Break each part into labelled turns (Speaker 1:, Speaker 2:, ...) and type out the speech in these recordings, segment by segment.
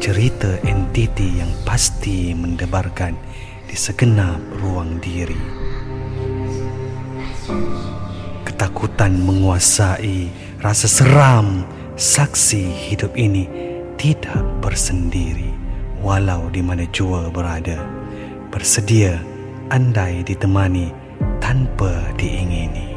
Speaker 1: cerita entiti yang pasti mendebarkan di segenap ruang diri. Ketakutan menguasai rasa seram saksi hidup ini tidak bersendiri walau di mana jua berada. Bersedia andai ditemani tanpa diingini.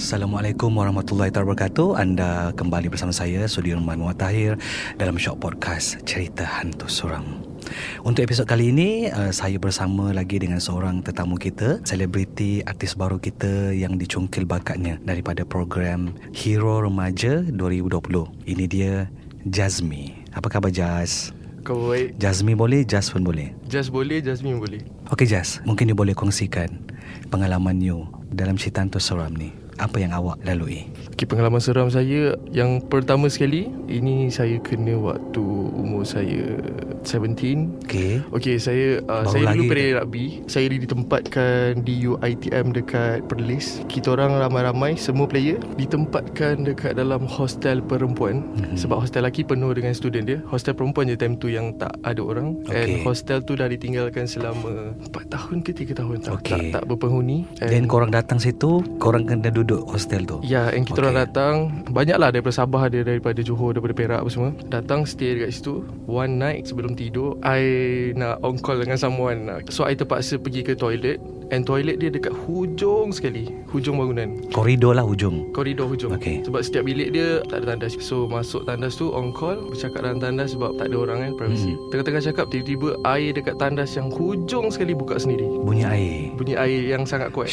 Speaker 1: Assalamualaikum warahmatullahi wabarakatuh. Anda kembali bersama saya Sudirman Watahir dalam Shock Podcast Cerita Hantu Suram. Untuk episod kali ini uh, saya bersama lagi dengan seorang tetamu kita, selebriti artis baru kita yang dicungkil bakatnya daripada program Hero Remaja 2020. Ini dia Jazmi. Apa khabar Jaz?
Speaker 2: Kau baik
Speaker 1: Jazmi boleh, Jaz pun boleh.
Speaker 2: Jazz boleh Jazmin boleh
Speaker 1: Okey Jaz, mungkin you boleh kongsikan pengalaman you dalam cerita hantu seram ni. Apa yang awak lalui?
Speaker 2: Okay pengalaman seram saya Yang pertama sekali Ini saya kena waktu umur saya 17
Speaker 1: Okey.
Speaker 2: Okay saya uh,
Speaker 1: Baru
Speaker 2: Saya
Speaker 1: lagi kan?
Speaker 2: dulu
Speaker 1: ke?
Speaker 2: player rugby Saya ditempatkan di UITM dekat Perlis Kita orang ramai-ramai Semua player Ditempatkan dekat dalam hostel perempuan
Speaker 1: Mhm.
Speaker 2: mm-hmm. Sebab hostel lelaki penuh dengan student dia Hostel perempuan je time tu yang tak ada orang And
Speaker 1: Okey.
Speaker 2: hostel tu dah ditinggalkan selama 4 tahun ke 3 tahun Tak,
Speaker 1: Okey.
Speaker 2: tak, tak berpenghuni
Speaker 1: Dan korang datang situ, korang kena duduk hostel tu.
Speaker 2: Eh. Ya, yang
Speaker 1: Okey.
Speaker 2: kita okay. orang datang Banyaklah daripada Sabah ada Daripada Johor, daripada Perak apa semua Datang stay dekat situ One night sebelum tidur I nak on call dengan someone So I terpaksa pergi ke toilet And toilet dia dekat hujung sekali Hujung bangunan
Speaker 1: Koridor lah hujung.
Speaker 2: Koridor hujung
Speaker 1: Okey.
Speaker 2: Sebab setiap bilik dia Tak ada tandas So masuk tandas tu On call Bercakap dalam tandas Sebab tak ada orang kan Privacy hmm. Tengah-tengah cakap Tiba-tiba air dekat tandas Yang hujung sekali Buka sendiri
Speaker 1: Bunyi air.
Speaker 2: Bunyi air yang sangat kuat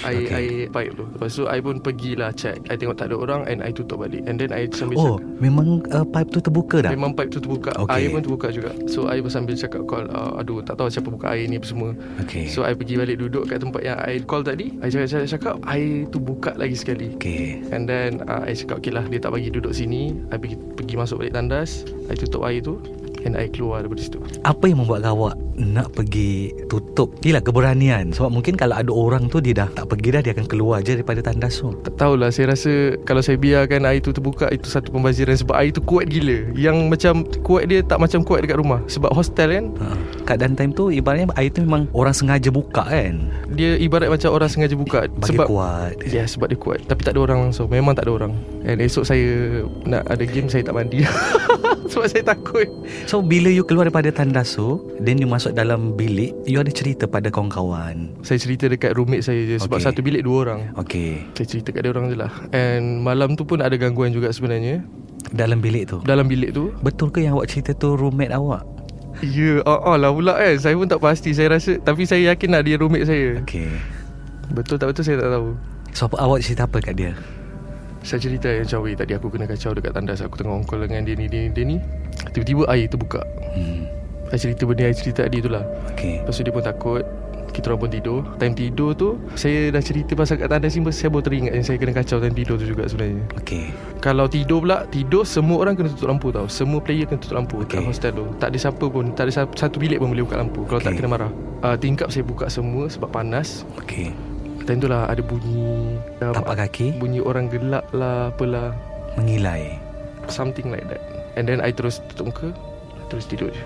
Speaker 2: Air,
Speaker 1: Okay.
Speaker 2: okay. air pipe tu Lepas tu I pun pergilah check I tengok tak ada orang And I tutup balik And then I sambil
Speaker 1: Oh,
Speaker 2: cakap
Speaker 1: memang uh, pipe tu terbuka dah?
Speaker 2: Memang pipe tu terbuka
Speaker 1: Okay.
Speaker 2: okay. Air pun terbuka juga So I pun sambil cakap call uh, Aduh tak tahu siapa buka air ni apa semua
Speaker 1: Okey.
Speaker 2: So I pergi balik duduk kat tempat yang I call tadi I cakap-cakap Air tu buka lagi sekali
Speaker 1: Okey.
Speaker 2: And then uh, I cakap okay lah Dia tak bagi duduk sini I pergi, pergi masuk balik tandas I tutup air tu And I keluar daripada situ
Speaker 1: Apa yang membuat awak nak pergi tutup? Gila keberanian. Sebab mungkin kalau ada orang tu dia dah tak pergi dah, dia akan keluar je daripada tandas tu.
Speaker 2: Tak tahulah Saya rasa Kalau saya biarkan air tu terbuka Itu satu pembaziran Sebab air tu kuat gila Yang macam Kuat dia tak macam kuat dekat rumah Sebab hostel kan
Speaker 1: Ha. Keadaan time tu ibaratnya air tu memang orang sengaja buka kan?
Speaker 2: Dia ibarat macam orang sengaja buka
Speaker 1: Bagi
Speaker 2: Sebab
Speaker 1: kuat.
Speaker 2: Ya yeah, sebab dia kuat Tapi tak ada orang langsung Memang tak ada orang And esok saya Nak ada game Saya tak mandi Sebab saya takut
Speaker 1: So bila you keluar daripada tandas tu, then you masuk dalam bilik, you ada cerita pada kawan-kawan.
Speaker 2: Saya cerita dekat roommate saya je Sebab
Speaker 1: Okay.
Speaker 2: satu bilik dua orang
Speaker 1: Okey.
Speaker 2: Saya cerita kat dia orang je lah And malam tu pun ada gangguan juga sebenarnya
Speaker 1: Dalam bilik tu.
Speaker 2: Dalam bilik tu
Speaker 1: Betul ke yang awak cerita tu roommate awak?
Speaker 2: Ya yeah, uh, uh, lah pula kan Saya pun tak pasti Saya rasa Tapi saya yakin lah dia roommate saya
Speaker 1: Okey.
Speaker 2: Betul tak betul saya tak tahu
Speaker 1: So apa awak cerita apa kat dia?
Speaker 2: Saya cerita yang macam "Weh, Tadi aku kena kacau dekat tandas Aku tengah ongkol dengan dia ni Dia ni, dia ni Tiba-tiba air terbuka
Speaker 1: Hmm.
Speaker 2: Saya cerita benda yang saya cerita tadi tu lah
Speaker 1: Okey.
Speaker 2: Lepas tu dia pun takut Kita orang pun tidur Time tidur tu Saya dah cerita pasal kat tandas ni Saya baru teringat yang saya kena kacau time tidur tu juga sebenarnya
Speaker 1: Okey.
Speaker 2: Kalau tidur pula Tidur semua orang kena tutup lampu tau Semua player kena tutup lampu okay.
Speaker 1: Okey.
Speaker 2: Kat hostel tu Tak ada siapa pun Tak ada sa- satu bilik pun boleh buka lampu Kalau okay. tak
Speaker 1: Okey.
Speaker 2: kena marah uh, Tingkap saya buka semua Sebab panas
Speaker 1: Okey.
Speaker 2: Time tu lah ada bunyi um,
Speaker 1: Tapak kaki
Speaker 2: Bunyi orang gelak lah Apalah
Speaker 1: mengilai.
Speaker 2: Something like that And then I terus tutup muka Terus tidur je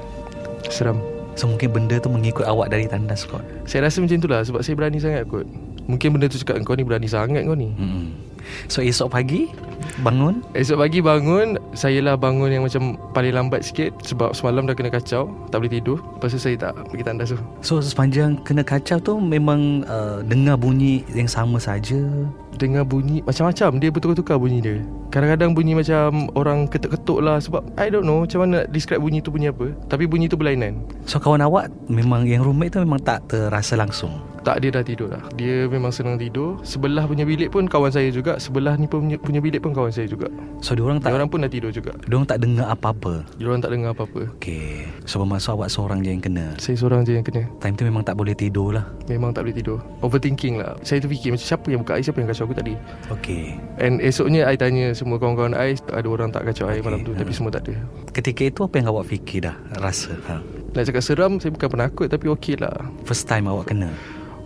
Speaker 2: Seram
Speaker 1: So mungkin benda tu mengikut awak dari tandas kot.
Speaker 2: Saya rasa macam tu lah Sebab saya berani sangat kot Mungkin benda tu cakap Kau ni berani sangat kau ni
Speaker 1: Hmm. So esok pagi bangun
Speaker 2: Esok pagi bangun Saya lah bangun yang macam Paling lambat sikit Sebab semalam dah kena kacau Tak boleh tidur Lepas tu saya tak pergi tandas tu
Speaker 1: So sepanjang kena kacau tu memang uh, dengar bunyi yang sama saja.
Speaker 2: Dengar bunyi Macam-macam Dia bertukar-tukar bunyi dia Kadang-kadang bunyi macam Orang ketuk-ketuk lah Sebab I don't know Macam mana nak describe bunyi tu bunyi apa Tapi bunyi tu berlainan
Speaker 1: So kawan awak memang yang roommate tu memang tak terasa langsung.
Speaker 2: Tak dia dah tidur dah Dia memang senang tidur Sebelah punya bilik pun Kawan saya juga Sebelah ni pun punya, punya bilik pun Kawan saya juga
Speaker 1: So diorang tak
Speaker 2: Diorang pun dah tidur juga
Speaker 1: diorang tak dengar apa-apa.
Speaker 2: Diorang tak dengar apa-apa
Speaker 1: Okay So bermaksud awak seorang je yang kena.
Speaker 2: Saya seorang je yang kena
Speaker 1: Time tu memang tak boleh tidur lah.
Speaker 2: Memang tak boleh tidur Overthinking lah Saya terfikir macam Siapa yang buka air Siapa yang kacau aku tadi
Speaker 1: Okay
Speaker 2: And esoknya I tanya semua kawan-kawan I Ada orang tak kacau I malam tu
Speaker 1: Okay.
Speaker 2: Tapi semua tak ada
Speaker 1: Ketika itu apa yang awak fikir dah rasa? Ha.
Speaker 2: Nak cakap seram Saya bukan penakut Tapi okey lah
Speaker 1: First time awak kena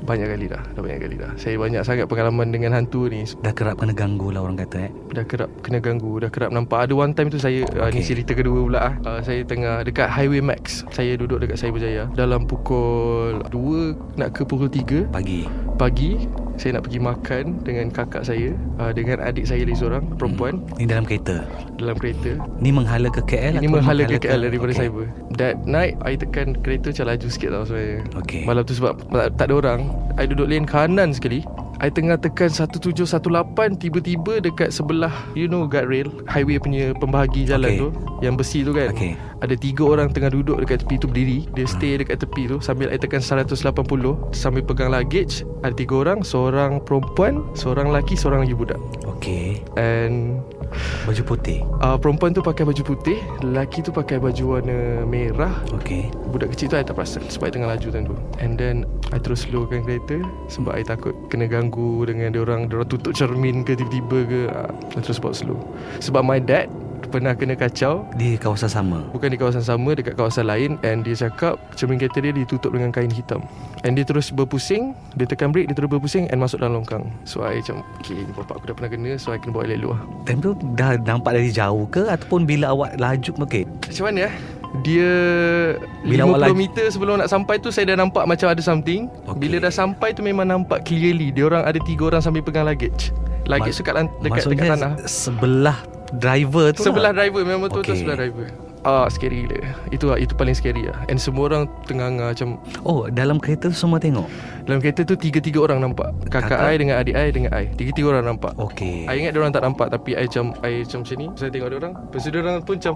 Speaker 2: Banyak kali dah Dah banyak kali dah Saya banyak sangat pengalaman dengan hantu ni
Speaker 1: Dah kerap kena ganggu lah orang kata eh
Speaker 2: Dah kerap kena ganggu Dah kerap nampak Ada one time tu saya okay. uh, Ni
Speaker 1: Okay.
Speaker 2: cerita kedua pula ah. uh, Saya tengah dekat Highway Max Saya duduk dekat Cyberjaya Dalam pukul 2 Nak ke pukul 3
Speaker 1: Pagi
Speaker 2: Pagi Saya nak pergi makan Dengan kakak saya uh, Dengan adik saya lagi seorang Perempuan
Speaker 1: Ni dalam kereta
Speaker 2: Dalam kereta
Speaker 1: Ni menghala ke KL
Speaker 2: Ini
Speaker 1: ataupun
Speaker 2: menghala ke KL daripada
Speaker 1: Okey.
Speaker 2: okay. cyber That night I tekan kereta macam laju sikit tau sebenarnya
Speaker 1: Okey.
Speaker 2: Malam tu sebab tak, tak ada orang I duduk lane kanan sekali I tengah tekan 1718 Tiba-tiba dekat sebelah You know guardrail Highway punya pembahagi jalan
Speaker 1: Okey.
Speaker 2: tu Yang besi tu kan
Speaker 1: Okey.
Speaker 2: Ada tiga orang tengah duduk dekat tepi tu berdiri Dia stay dekat tepi tu Sambil I tekan 180 Sambil pegang luggage Ada tiga orang Seorang perempuan Seorang lelaki Seorang lagi budak
Speaker 1: Okey
Speaker 2: And
Speaker 1: Baju putih
Speaker 2: uh, Perempuan tu pakai baju putih Lelaki tu pakai baju warna merah
Speaker 1: Okey
Speaker 2: Budak kecil tu I tak perasan Sebab I tengah laju time tu And then I terus slowkan kereta Sebab I takut Kena ganggu dengan diorang Diorang tutup cermin ke Tiba-tiba ke uh, I terus buat slow Sebab my dad Pernah kena kacau
Speaker 1: Di kawasan sama
Speaker 2: Bukan di kawasan sama Dekat kawasan lain And dia cakap Cermin kereta dia ditutup dengan kain hitam And dia terus berpusing Dia tekan brake Dia terus berpusing And masuk dalam longkang So I macam Okay ni bapak aku dah pernah kena So I kena bawa elok-elok lah
Speaker 1: Time tu dah nampak dari jauh ke Ataupun bila awak laju Okey
Speaker 2: Macam mana eh Dia
Speaker 1: Bila awak
Speaker 2: 50
Speaker 1: laju-
Speaker 2: meter sebelum nak sampai tu Saya dah nampak macam ada something
Speaker 1: Okey.
Speaker 2: okay. Bila dah sampai tu memang nampak clearly Dia orang ada tiga orang sambil pegang luggage Luggage tu kat, lan- dekat, dekat
Speaker 1: Maksudnya
Speaker 2: tanah
Speaker 1: Sebelah driver tu
Speaker 2: Sebelah
Speaker 1: lah.
Speaker 2: driver Memang betul-betul
Speaker 1: Okey.
Speaker 2: sebelah driver Ah, scary gila Itu lah, itu paling scary lah And semua orang tengah-tengah macam
Speaker 1: Oh dalam kereta tu semua tengok
Speaker 2: Dalam kereta tu tiga-tiga orang nampak Kakak,
Speaker 1: Kakak.
Speaker 2: I dengan adik I dengan I Tiga-tiga orang nampak
Speaker 1: Okey
Speaker 2: I ingat orang tak nampak Tapi I macam I macam macam ni Saya tengok orang Lepas tu orang pun macam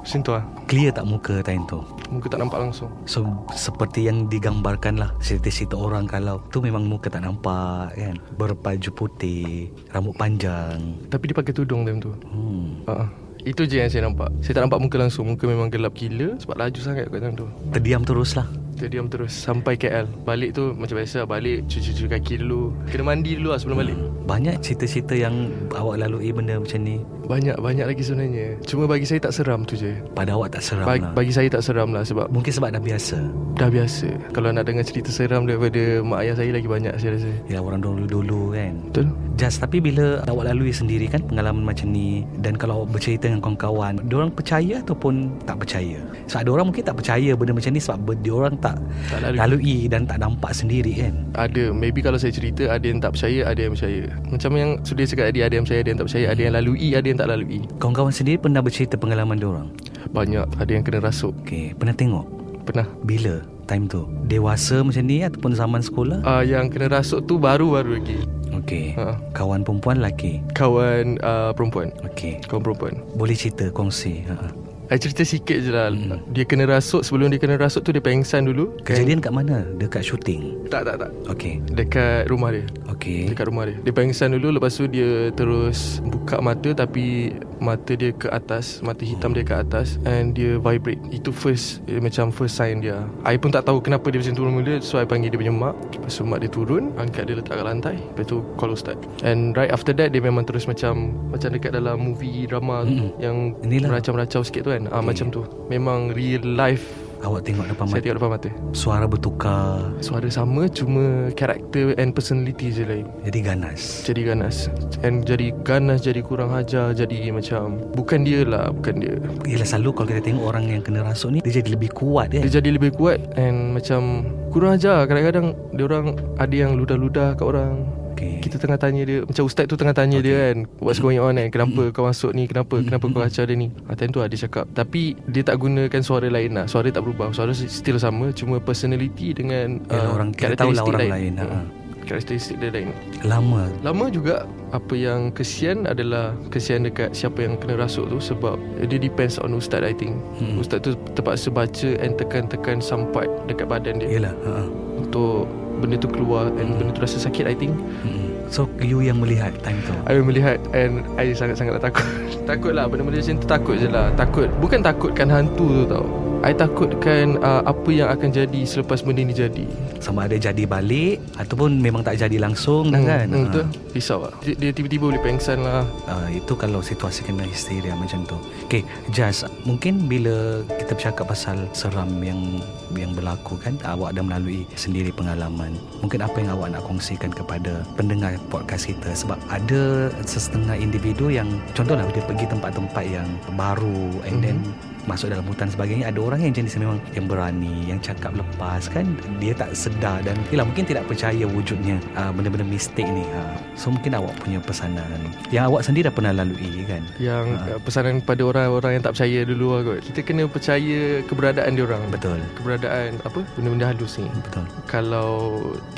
Speaker 2: Macam tu lah
Speaker 1: Clear tak muka time tu
Speaker 2: Muka tak nampak langsung
Speaker 1: So seperti yang digambarkan lah Cerita-cerita orang kalau Tu memang muka tak nampak kan Berbaju putih Rambut panjang
Speaker 2: Tapi dia pakai tudung time tu
Speaker 1: hmm.
Speaker 2: uh Itu je yang saya nampak Saya tak nampak muka langsung Muka memang gelap gila Sebab laju sangat kat time tu
Speaker 1: Terdiam terus lah
Speaker 2: Dia diam terus Sampai KL Balik tu macam biasa Balik cuci-cuci kaki dulu Kena mandi dulu lah sebelum balik
Speaker 1: Hmm. Banyak cerita-cerita yang awak lalui benda macam ni
Speaker 2: Banyak-banyak lagi sebenarnya Cuma bagi saya tak seram tu je
Speaker 1: Pada awak tak seram
Speaker 2: bagi,
Speaker 1: lah
Speaker 2: bagi saya tak seram lah Sebab
Speaker 1: Mungkin sebab dah biasa
Speaker 2: dah biasa Kalau nak dengar cerita seram Daripada mak ayah saya lagi banyak Saya rasa
Speaker 1: Bila orang dulu-dulu kan
Speaker 2: Betul?
Speaker 1: Just tapi bila awak lalui sendiri kan pengalaman macam ni Dan kalau awak bercerita dengan kawan-kawan Diorang percaya ataupun tak percaya Sebab diorang mungkin tak percaya benda macam ni Sebab ber- diorang tak,
Speaker 2: Tak
Speaker 1: lalui.
Speaker 2: lalui.
Speaker 1: lalui dan tak nampak sendiri kan
Speaker 2: Ada Maybe kalau saya cerita Ada yang tak percaya Ada yang percaya Macam yang Sudah cakap tadi Ada yang percaya Ada yang tak percaya Ada yang lalui Ada yang tak lalui
Speaker 1: Kawan-kawan sendiri pernah bercerita pengalaman diorang
Speaker 2: Banyak Ada yang kena rasuk
Speaker 1: Okay, pernah tengok
Speaker 2: Pernah
Speaker 1: Bila time tu Dewasa macam ni ataupun zaman sekolah
Speaker 2: uh, Yang kena rasuk tu baru-baru lagi
Speaker 1: Okay
Speaker 2: Ha.
Speaker 1: Kawan perempuan lelaki
Speaker 2: Kawan uh, perempuan
Speaker 1: Okay
Speaker 2: Kawan perempuan
Speaker 1: Boleh cerita kongsi ha.
Speaker 2: I cerita sikit je lah hmm. Dia kena rasuk Sebelum dia kena rasuk tu Dia pengsan dulu Kan?
Speaker 1: Kejadian kat mana? Dekat syuting
Speaker 2: Tak tak tak
Speaker 1: Okay
Speaker 2: Dekat rumah dia
Speaker 1: Okay
Speaker 2: Dekat rumah dia Dia pengsan dulu Lepas tu dia terus Buka mata Tapi Mata dia ke atas Mata hitam dia ke atas And dia vibrate Itu first eh, Macam first sign dia I pun tak tahu Kenapa dia macam tu mula So I panggil dia punya mak Lepas tu mak dia turun Angkat dia letak kat lantai Lepas tu call ustaz And right after that Dia memang terus macam Macam dekat dalam movie drama mm Yang
Speaker 1: Inilah.
Speaker 2: meracau-meracau sikit tu kan ah, Macam tu Memang real life
Speaker 1: Awak tengok depan
Speaker 2: Saya
Speaker 1: mata
Speaker 2: tengok depan mata
Speaker 1: Suara bertukar
Speaker 2: Suara sama Cuma Karakter and personality je lain
Speaker 1: Jadi ganas
Speaker 2: jadi ganas And jadi ganas Jadi kurang hajar Jadi macam Bukan dia lah Bukan dia
Speaker 1: Yelah selalu kalau kita tengok orang yang kena rasuk ni Dia jadi lebih kuat
Speaker 2: Dia
Speaker 1: kan
Speaker 2: jadi lebih kuat And macam Kurang hajar Kadang-kadang Dia orang Ada yang ludah-ludah kat orang
Speaker 1: Okey. Okey.
Speaker 2: Kita tengah tanya dia Macam ustaz tu tengah tanya okay. dia kan What's going on kan Kenapa
Speaker 1: Mm.
Speaker 2: kau masuk ni Kenapa Kenapa kau acah dia ni ha, Time tu lah dia cakap Tapi dia tak gunakan suara lain lah Suara tak berubah Suara still sama Cuma personality dengan ah,
Speaker 1: Yalah, orang kita tahulah
Speaker 2: karakteristik
Speaker 1: orang lain, ha.
Speaker 2: Hmm, Karakteristik dia lain
Speaker 1: Lama
Speaker 2: Lama juga apa yang kesian adalah kesian dekat siapa yang kena rasuk tu sebab dia depends on ustaz I think.
Speaker 1: Hmm.
Speaker 2: Hmm. Ustaz tu terpaksa baca and tekan-tekan some part dekat badan dia
Speaker 1: Yelah ha.
Speaker 2: untuk benda tu keluar and benda tu rasa sakit I think.
Speaker 1: Hmm. So you yang melihat time tu
Speaker 2: I melihat and I sangat-sangat takut. takut lah benda-benda macam tu takut je lah. Takut. Bukan takutkan hantu tu tau. I takutkan uh, apa yang akan jadi selepas benda ni jadi.
Speaker 1: Sama ada jadi balik Ataupun memang tak jadi langsung dah
Speaker 2: Hmm,
Speaker 1: kan
Speaker 2: hmm,
Speaker 1: Ha.
Speaker 2: Betul? Risau lah. Dia, dia tiba-tiba boleh pengsan lah.
Speaker 1: Uh, itu kalau situasi kena histeria macam tu. Okay, Jaz, mungkin bila kita bercakap pasal seram yang yang berlaku kan, awak dah melalui sendiri pengalaman. Mungkin apa yang awak nak kongsikan kepada pendengar podcast kita sebab ada sesetengah individu yang contohlah dia pergi tempat-tempat yang baru and then masuk dalam hutan sebagainya ada orang yang jenis memang yang berani yang cakap lepas kan dia tak sedar dan yelah, mungkin tidak percaya wujudnya uh, benda-benda mistik ni ha. so mungkin awak punya pesanan yang awak sendiri dah pernah lalui kan
Speaker 2: Yang uh, pesanan kepada orang-orang yang tak percaya dulu lah kot. Kita kena percaya keberadaan dia orang.
Speaker 1: betul
Speaker 2: Keberadaan apa? Benda-benda halus ni.
Speaker 1: betul
Speaker 2: Kalau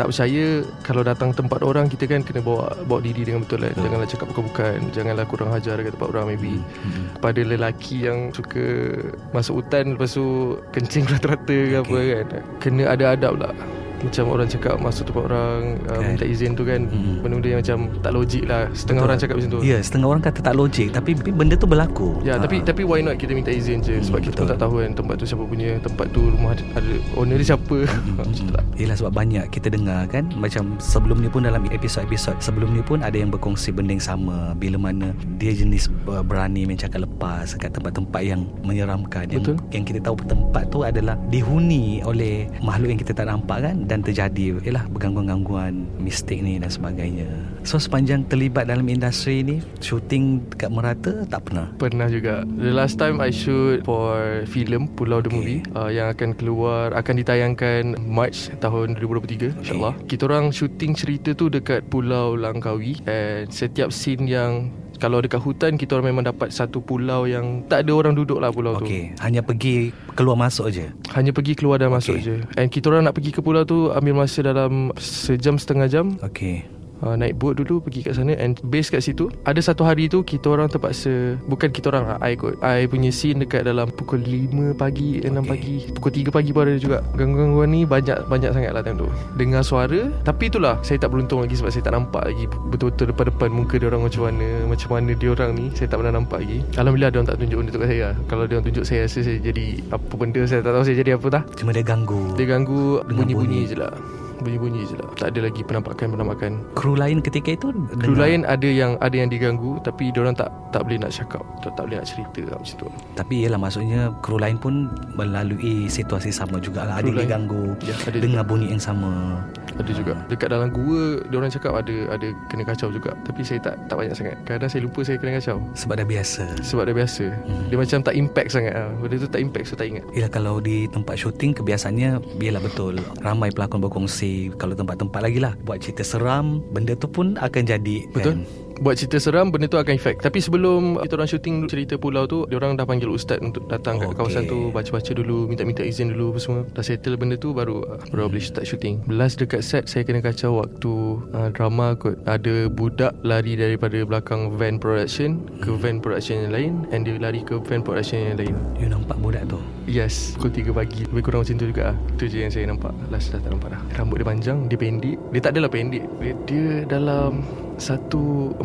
Speaker 2: tak percaya Kalau datang tempat orang Kita kan kena bawa Bawa diri dengan betul lah
Speaker 1: Betul.
Speaker 2: Janganlah cakap bukan-bukan Janganlah kurang hajar Dekat tempat orang maybe
Speaker 1: hmm.
Speaker 2: Pada lelaki yang Suka Masuk hutan Lepas tu Kencing rata-rata ke apa
Speaker 1: Okay.
Speaker 2: kan Kena ada adab lah macam orang cakap masuk tempat orang uh,
Speaker 1: Kan.
Speaker 2: minta izin tu kan
Speaker 1: Mm.
Speaker 2: benda-benda yang macam tak logik lah setengah orang cakap macam tu
Speaker 1: ya setengah orang kata tak logik tapi benda tu berlaku
Speaker 2: Ya,
Speaker 1: Ha.
Speaker 2: tapi tapi why not kita minta izin je sebab kita pun
Speaker 1: Hmm, betul.
Speaker 2: tak tahu kan tempat tu siapa punya, tempat tu rumah ada, ada owner dia siapa.
Speaker 1: Hmm,
Speaker 2: Macam tu lah.
Speaker 1: Yelah sebab banyak kita dengar kan Macam sebelum ni pun dalam episod-episod Sebelum ni pun ada yang berkongsi benda yang sama Bila mana dia jenis uh, berani main cakap lepas Kat tempat-tempat yang menyeramkan yang,
Speaker 2: Betul.
Speaker 1: yang kita tahu tempat tu adalah dihuni oleh makhluk yang kita tak nampak kan Dan terjadi Yelah bergangguan-gangguan mistik ni dan sebagainya So sepanjang terlibat dalam industri ni Shooting dekat merata tak pernah
Speaker 2: Pernah juga. The last time I shoot for filem Pulau The
Speaker 1: Okay.
Speaker 2: Movie uh, yang akan keluar akan ditayangkan March tahun 2023 insyaallah. Kita orang shooting cerita tu dekat Pulau Langkawi and setiap scene yang kalau dekat hutan kita orang memang dapat satu pulau yang tak ada orang duduk lah pulau tu.
Speaker 1: Okay Hanya pergi keluar masuk je
Speaker 2: Hanya pergi keluar dan masuk
Speaker 1: Okey.
Speaker 2: okay. je And kita orang nak pergi ke pulau tu Ambil masa dalam Sejam setengah jam
Speaker 1: Okay
Speaker 2: uh, Naik boat dulu Pergi kat sana And base kat situ Ada satu hari tu Kita orang terpaksa Bukan kita orang lah I kot I punya scene dekat dalam Pukul 5 pagi 6
Speaker 1: Okey.
Speaker 2: pagi Pukul 3 pagi pun ada juga Gangguan-gangguan ni Banyak-banyak sangat lah time tu Dengar suara Tapi itulah Saya tak beruntung lagi Sebab saya tak nampak lagi Betul-betul depan-depan Muka dia orang macam mana Macam mana dia orang ni Saya tak pernah nampak lagi Alhamdulillah dia orang tak tunjuk benda tu kat saya lah. Kalau dia orang tunjuk saya Rasa saya jadi Apa benda Saya tak tahu saya jadi apa dah
Speaker 1: Cuma dia ganggu
Speaker 2: dia ganggu
Speaker 1: Dengan
Speaker 2: bunyi-bunyi je lah Bunyi-bunyi je lah Tak ada lagi penampakan-penampakan
Speaker 1: Kru lain ketika itu
Speaker 2: Kru
Speaker 1: dengar?
Speaker 2: lain ada yang ada yang diganggu Tapi diorang tak tak boleh nak cakap Tak, tak boleh nak cerita lah macam tu
Speaker 1: Tapi ialah maksudnya kru lain pun melalui situasi sama jugalah. Ada
Speaker 2: Kru
Speaker 1: yang
Speaker 2: lain.
Speaker 1: diganggu
Speaker 2: Ya, ada
Speaker 1: dengar bunyi yang sama.
Speaker 2: Ada juga Dekat dalam gua Diorang cakap ada ada kena kacau juga Tapi saya tak tak banyak sangat Kadang saya lupa saya kena kacau
Speaker 1: Sebab dah biasa.
Speaker 2: Sebab dah biasa Dia macam tak impact sangat lah Benda tu tak impact So tak ingat
Speaker 1: Ialah kalau di tempat syuting kebiasaannya ialah betul ramai pelakon berkongsi kalau tempat-tempat lagi lah buat cerita seram benda tu pun akan jadi
Speaker 2: Betul
Speaker 1: kan?
Speaker 2: Buat cerita seram Benda tu akan efek Tapi sebelum Kita orang syuting cerita pulau tu Diorang dah panggil ustaz Untuk datang
Speaker 1: Okey.
Speaker 2: okay. kat kawasan tu Baca-baca dulu Minta-minta izin dulu apa semua Dah settle benda tu Baru uh, Baru boleh
Speaker 1: Hmm.
Speaker 2: start syuting Last dekat set Saya kena kacau waktu uh, Drama kot Ada budak Lari daripada belakang Van production Ke
Speaker 1: Hmm.
Speaker 2: van production yang lain And dia lari ke van production yang lain
Speaker 1: You nampak budak tu
Speaker 2: Yes Pukul 3 pagi Lebih kurang macam tu juga Itu je yang saya nampak Last dah tak nampak dah Rambut dia panjang Dia pendek Dia tak adalah pendek Dia, dia dalam 145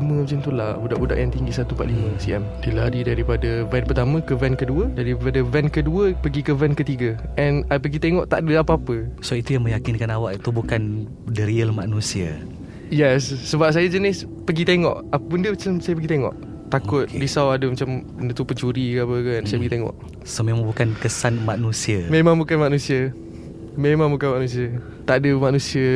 Speaker 2: macam tu lah Budak-budak yang tinggi 145 cm Dia lari daripada van pertama ke van kedua Daripada van kedua Pergi ke van ketiga And I pergi tengok tak ada apa-apa
Speaker 1: So itu yang meyakinkan awak itu bukan the real manusia
Speaker 2: Yes Sebab saya jenis Pergi tengok Apa benda macam saya pergi tengok Takut
Speaker 1: Okey.
Speaker 2: okay. risau ada macam Benda tu pencuri ke apa kan Saya pergi tengok
Speaker 1: So memang bukan kesan manusia
Speaker 2: Memang bukan manusia Memang bukan manusia Tak ada manusia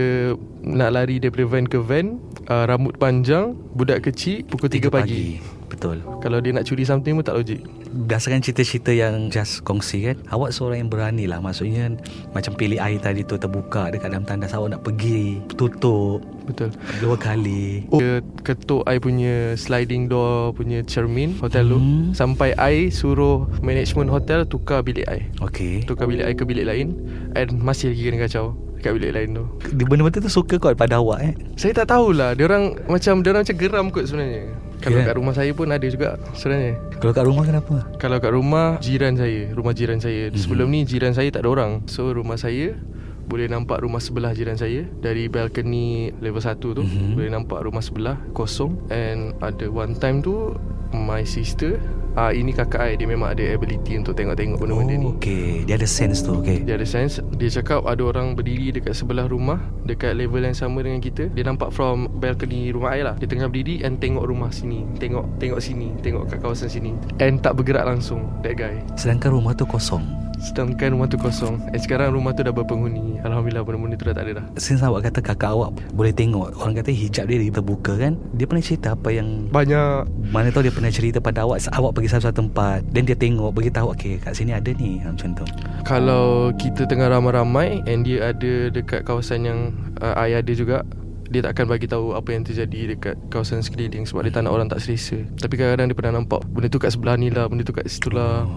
Speaker 2: Nak lari daripada van ke van uh, Rambut panjang Budak kecil Pukul 3 pagi. pagi
Speaker 1: Betul
Speaker 2: Kalau dia nak curi something pun tak logik
Speaker 1: Berdasarkan cerita-cerita yang Just kongsi kan Awak seorang yang berani lah Maksudnya Macam pilih air tadi tu terbuka Dekat dalam tandas awak nak pergi Tutup
Speaker 2: Betul
Speaker 1: Dua kali
Speaker 2: Oh. Dia ketuk I punya sliding door punya cermin hotel tu hmm. Sampai I suruh management hotel tukar bilik I
Speaker 1: Okay
Speaker 2: Tukar bilik I ke bilik lain And masih lagi kena kacau Dekat bilik lain tu
Speaker 1: Benda-benda tu suka kot pada awak eh
Speaker 2: Saya tak tahulah Diorang macam Diorang macam geram kot sebenarnya Kalau
Speaker 1: Geram?
Speaker 2: kat rumah saya pun ada juga Sebenarnya
Speaker 1: Kalau kat rumah kenapa?
Speaker 2: Kalau kat rumah Jiran saya Rumah jiran saya mm-hmm. Sebelum ni jiran saya tak ada orang So rumah saya Boleh nampak rumah sebelah jiran saya Dari balcony level 1 tu mm-hmm. Boleh nampak rumah sebelah Kosong And ada one time tu My sister ah Ini kakak saya Dia memang ada ability Untuk tengok-tengok benda-benda
Speaker 1: Oh,
Speaker 2: ni Ya.
Speaker 1: okay Dia ada sense tu okay
Speaker 2: dia ada sense Dia cakap ada orang berdiri dekat sebelah rumah Dekat level yang sama dengan kita Dia nampak from balcony rumah air lah Dia tengah berdiri and tengok rumah sini Tengok tengok sini Tengok kat kawasan sini And tak bergerak langsung That guy
Speaker 1: Sedangkan rumah tu kosong
Speaker 2: Sedangkan rumah tu kosong And sekarang rumah tu dah berpenghuni Alhamdulillah benda-benda tu dah tak ada dah
Speaker 1: Since awak kata kakak awak boleh tengok Orang kata hijab dia terbuka kan Dia pernah cerita apa yang
Speaker 2: Banyak
Speaker 1: Mana tahu dia pernah cerita pada awak Awak pergi satu-satu tempat Dan dia tengok Beritahu Okay kat sini ada ni ha, Macam tu
Speaker 2: Kalau kita tengah ramai-ramai And dia ada dekat kawasan yang uh, I ada juga dia tak akan bagi tahu apa yang terjadi dekat kawasan sekeliling sebab dia tak nak orang tak selesa. Tapi kadang-kadang dia pernah nampak benda tu kat sebelah ni lah, benda tu kat situ lah.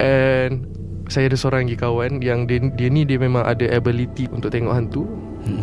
Speaker 2: And saya ada seorang lagi kawan yang dia, dia ni dia memang ada ability untuk tengok hantu.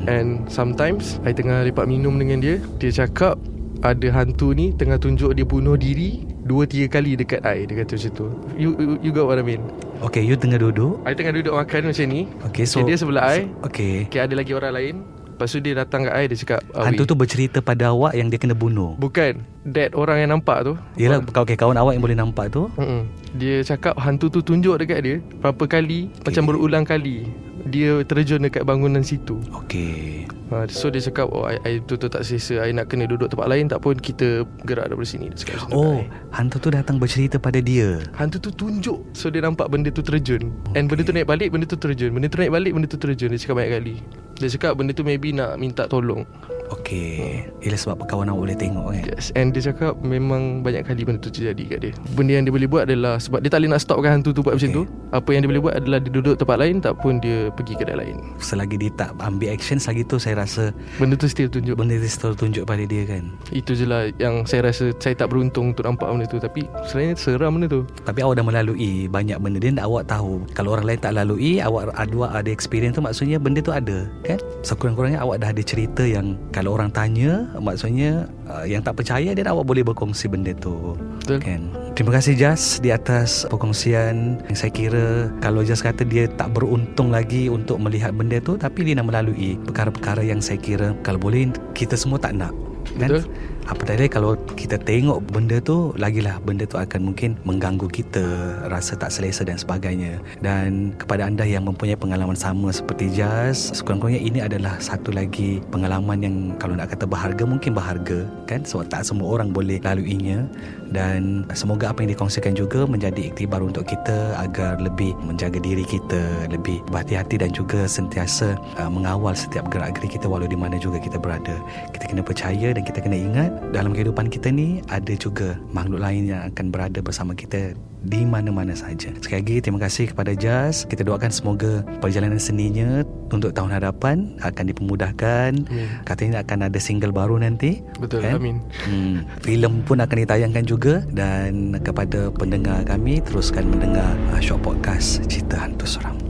Speaker 2: And sometimes I tengah lepak minum dengan dia, dia cakap ada hantu ni tengah tunjuk dia bunuh diri dua tiga kali dekat I dia kata macam tu. You you, you got what I mean?
Speaker 1: Okay you tengah duduk
Speaker 2: I tengah duduk makan macam ni
Speaker 1: Okay so
Speaker 2: so, Dia sebelah I
Speaker 1: Okay
Speaker 2: Okay ada lagi orang lain Lepas tu dia datang kat I Dia cakap "Ah,
Speaker 1: Hantu
Speaker 2: weh."
Speaker 1: tu bercerita pada awak Yang dia kena bunuh
Speaker 2: Bukan That orang yang nampak tu
Speaker 1: Yelah kau okay, kawan awak yang boleh nampak tu
Speaker 2: Mm-mm. Dia cakap hantu tu tunjuk dekat dia Berapa kali okay. Macam berulang kali Dia terjun dekat bangunan situ
Speaker 1: Okay
Speaker 2: ha, So dia cakap Oh I, I betul-betul tak selesa I nak kena duduk tempat lain Tak pun kita gerak daripada sini Dia cakap macam tu
Speaker 1: Oh
Speaker 2: kat I.
Speaker 1: Hantu tu datang bercerita pada dia
Speaker 2: Hantu tu tunjuk So dia nampak benda tu terjun And benda tu naik balik Benda tu terjun Benda tu naik balik Benda tu terjun Dia cakap banyak kali Dia cakap benda tu maybe nak minta tolong
Speaker 1: Okay Yelah sebab kawan awak boleh tengok kan
Speaker 2: Yes And dia cakap Memang banyak kali benda tu terjadi kat dia Benda yang dia boleh buat adalah Sebab dia tak boleh nak stopkan hantu tu buat okay. macam tu Apa yang dia boleh buat adalah Dia duduk tempat lain Tak pun dia pergi kedai lain
Speaker 1: Selagi dia tak ambil action Selagi tu saya rasa
Speaker 2: Benda tu still tunjuk
Speaker 1: Benda dia selalu tunjuk pada dia kan
Speaker 2: Itu je lah yang saya rasa Saya tak beruntung untuk nampak benda tu Tapi sebenarnya seram benda tu
Speaker 1: Tapi awak dah melalui banyak benda dan awak tahu. Kalau orang lain tak lalui, awak ada ada experience tu maksudnya benda tu ada, kan? Sekurang-kurangnya awak dah ada cerita yang kalau orang tanya, maksudnya uh, yang tak percaya dan awak boleh berkongsi benda tu.
Speaker 2: Betul.
Speaker 1: Kan? Terima kasih Jas di atas perkongsian yang saya kira kalau Jas kata dia tak beruntung lagi untuk melihat benda tu tapi dia nak melalui perkara-perkara yang saya kira kalau boleh kita semua tak nak. kan?
Speaker 2: Betul.
Speaker 1: Apa tadi kalau kita tengok benda tu Lagilah benda tu akan mungkin mengganggu kita Rasa tak selesa dan sebagainya Dan kepada anda yang mempunyai pengalaman sama seperti Jazz Sekurang-kurangnya ini adalah satu lagi pengalaman yang Kalau nak kata berharga mungkin berharga kan Sebab tak semua orang boleh laluinya Dan semoga apa yang dikongsikan juga menjadi iktibar untuk kita Agar lebih menjaga diri kita Lebih berhati-hati dan juga sentiasa uh, mengawal setiap gerak gerik kita Walau di mana juga kita berada Kita kena percaya dan kita kena ingat dalam kehidupan kita ni ada juga makhluk lain yang akan berada bersama kita di mana-mana saja. Sekali lagi terima kasih kepada Jas. Kita doakan semoga perjalanan seninya untuk tahun hadapan akan dipermudahkan.
Speaker 2: Amin.
Speaker 1: Katanya akan ada single baru nanti.
Speaker 2: Betul
Speaker 1: kan?
Speaker 2: Amin
Speaker 1: Hmm, filem pun akan ditayangkan juga dan kepada pendengar kami teruskan mendengar uh, Shock Podcast Cerita Hantu Seram.